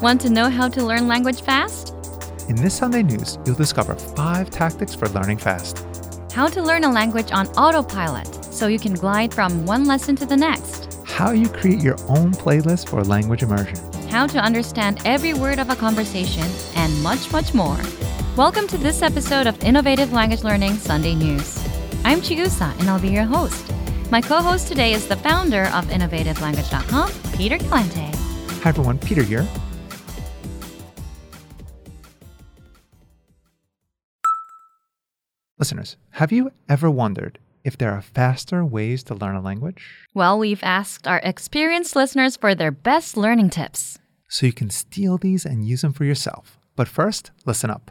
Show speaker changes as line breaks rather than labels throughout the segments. Want to know how to learn language fast?
In this Sunday news, you'll discover five tactics for learning fast.
How to learn a language on autopilot so you can glide from one lesson to the next.
How you create your own playlist for language immersion.
How to understand every word of a conversation and much, much more. Welcome to this episode of Innovative Language Learning Sunday News. I'm Chigusa and I'll be your host. My co host today is the founder of InnovativeLanguage.com, Peter Galante.
Hi everyone, Peter here. Listeners, have you ever wondered if there are faster ways to learn a language?
Well, we've asked our experienced listeners for their best learning tips.
So you can steal these and use them for yourself. But first, listen up.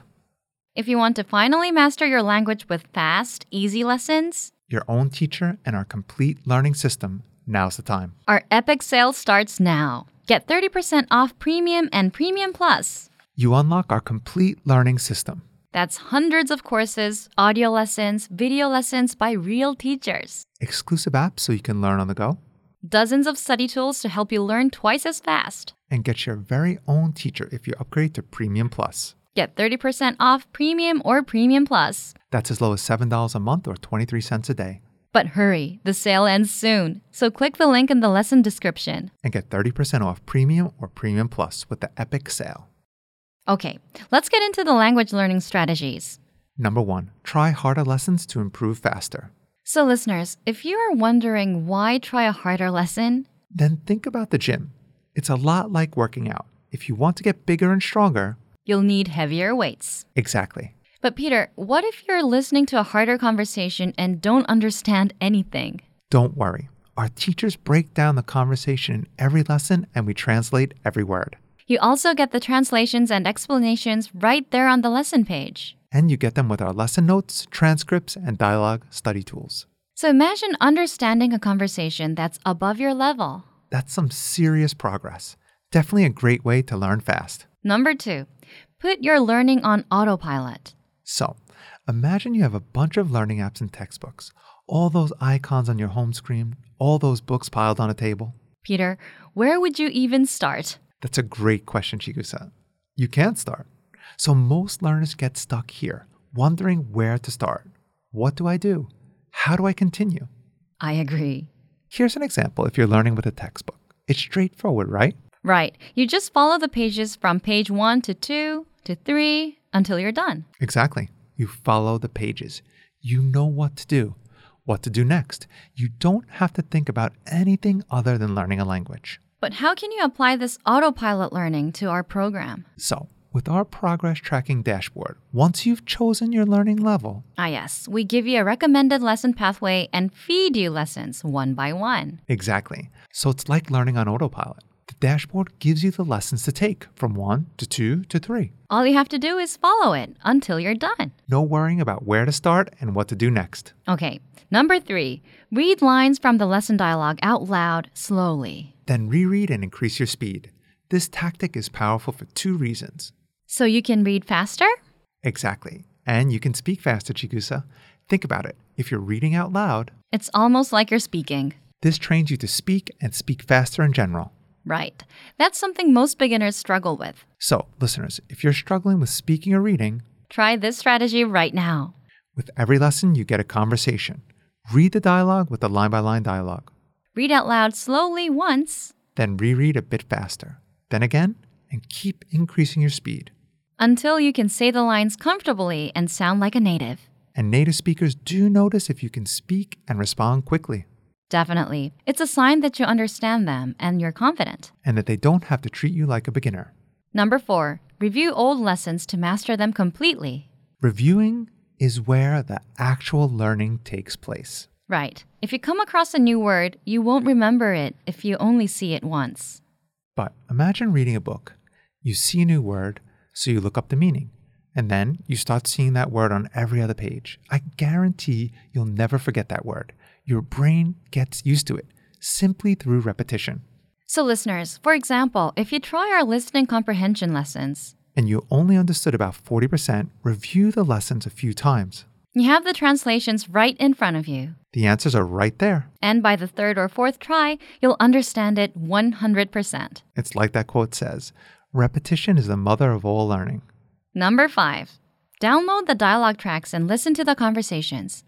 If you want to finally master your language with fast, easy lessons,
Your own teacher and our complete learning system, now's the time.
our epic sale starts now. Get 30% off Premium and Premium Plus.
You unlock our complete learning system.
That's hundreds of courses, audio lessons, video lessons by real teachers,
exclusive apps so you can learn on the go,
dozens of study tools to help you learn twice as fast.
and get your very own teacher if you upgrade to Premium Plus.
Get 30% off Premium or Premium Plus.
That's as low as $7 a month or 23 cents a day,
But hurry, the sale ends soon. So click the link in the lesson description.
and get 30% off Premium or Premium Plus with the epic sale.
Okay, let's get into the language learning strategies.
Number one, try harder lessons to improve faster.
So, listeners, if you are wondering why try a harder lesson,
Then think about the gym. It's a lot like working out. If you want to get bigger and stronger,
you'll need heavier weights.
exactly.
But, Peter, what if you're listening to a harder conversation and don't understand anything?
Don't worry. Our teachers break down the conversation in every lesson and we translate every word.
You also get the translations and explanations right there on the lesson page.
and you get them with our lesson notes, transcripts, and dialogue study tools.
So, imagine understanding a conversation that's above your level.
That's some serious progress. Definitely a great way to learn fast.
Number two, put your learning on autopilot.
So, imagine you have a bunch of learning apps and textbooks, all those icons on your home screen, all those books piled on a table.
Peter, where would you even start?
That's a great question, Chigusa. You can't start. So, most learners get stuck here, wondering where to start. What do I do? How do I continue?
I agree.
Here's an example if you're learning with a textbook. It's straightforward, right?
Right, you just follow the pages from page one to two to three until you're done.
Exactly. You follow the pages. You know what to do, what to do next. You don't have to think about anything other than learning a language.
But how can you apply this autopilot learning to our program?
So, with our progress tracking dashboard, once you've chosen your learning level,
Ah, yes, we give you a recommended lesson pathway and feed you lessons one by one.
exactly. So, it's like learning on autopilot. The dashboard gives you the lessons to take from one to two to three.
All you have to do is follow it until you're done.
No worrying about where to start and what to do next.
Okay, number three, read lines from the lesson dialogue out loud slowly.
Then reread and increase your speed. This tactic is powerful for two reasons.
So you can read faster?
Exactly. And you can speak faster, Chigusa. Think about it. If you're reading out loud,
It's almost like you're speaking.
this trains you to speak and speak faster in general.
Right. That's something most beginners struggle with.
So, listeners, if you're struggling with speaking or reading,
Try this strategy right now.
with every lesson you get a conversation. Read the dialogue with the line by line dialogue,
Read out loud slowly once
then reread a bit faster, then again, and keep increasing your speed.
until you can say the lines comfortably and sound like a native.
And native speakers do notice if you can speak and respond quickly,
Definitely. It's a sign that you understand them and you're confident.
and that they don't have to treat you like a beginner.
Number four, review old lessons to master them completely.
Reviewing is where the actual learning takes place.
Right. If you come across a new word, you won't remember it if you only see it once.
But imagine reading a book. You see a new word, so you look up the meaning, and then you start seeing that word on every other page. I guarantee you'll never forget that word. Your brain gets used to it simply through repetition.
So, listeners, for example, if you try our listening comprehension lessons,
And you only understood about 40%, review the lessons a few times.
You have the translations right in front of you.
The answers are right there.
And by the third or fourth try, you'll understand it 100%.
It's like that quote says Repetition is the mother of all learning.
Number five, download the dialogue tracks and listen to the conversations.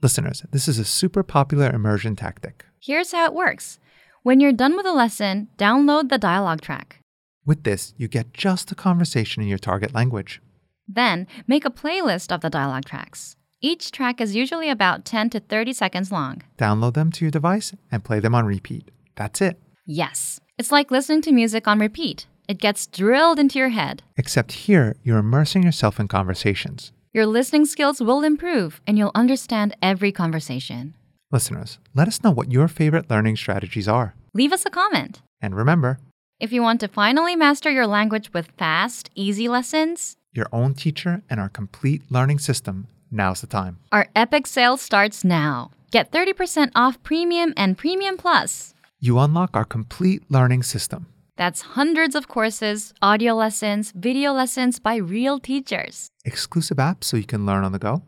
Listeners, this is a super popular immersion tactic.
Here's how it works when you're done with a lesson, download the dialogue track.
With this, you get just the conversation in your target language.
Then, make a playlist of the dialogue tracks. Each track is usually about 10 to 30 seconds long.
Download them to your device and play them on repeat. That's it.
Yes, it's like listening to music on repeat. It gets drilled into your head.
Except here, you're immersing yourself in conversations.
Your listening skills will improve and you'll understand every conversation.
Listeners, let us know what your favorite learning strategies are.
Leave us a comment.
And remember,
If you want to finally master your language with fast, easy lessons,
your own teacher and our complete learning system, now's the time.
our epic sale starts now. Get 30% off Premium and Premium Plus.
You unlock our complete learning system.
That's hundreds of courses, audio lessons, video lessons by real teachers,
exclusive apps so you can learn on the go,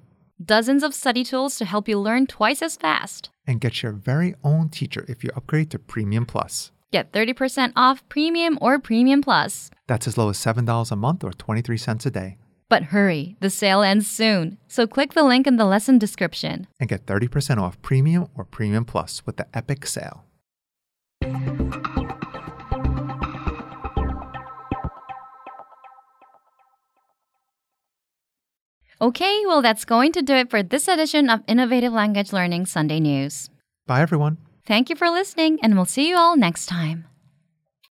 dozens of study tools to help you learn twice as fast.
and get your very own teacher if you upgrade to Premium Plus.
Get 30% off Premium or Premium Plus.
That's as low as $7 a month or 23 cents a day,
But hurry, the sale ends soon. So click the link in the lesson description.
and get 30% off Premium or Premium Plus with the Epic Sale.
Okay, well, that's going to do it for this edition of Innovative Language Learning Sunday News.
Bye, everyone.
Thank you for listening, and we'll see you all next time.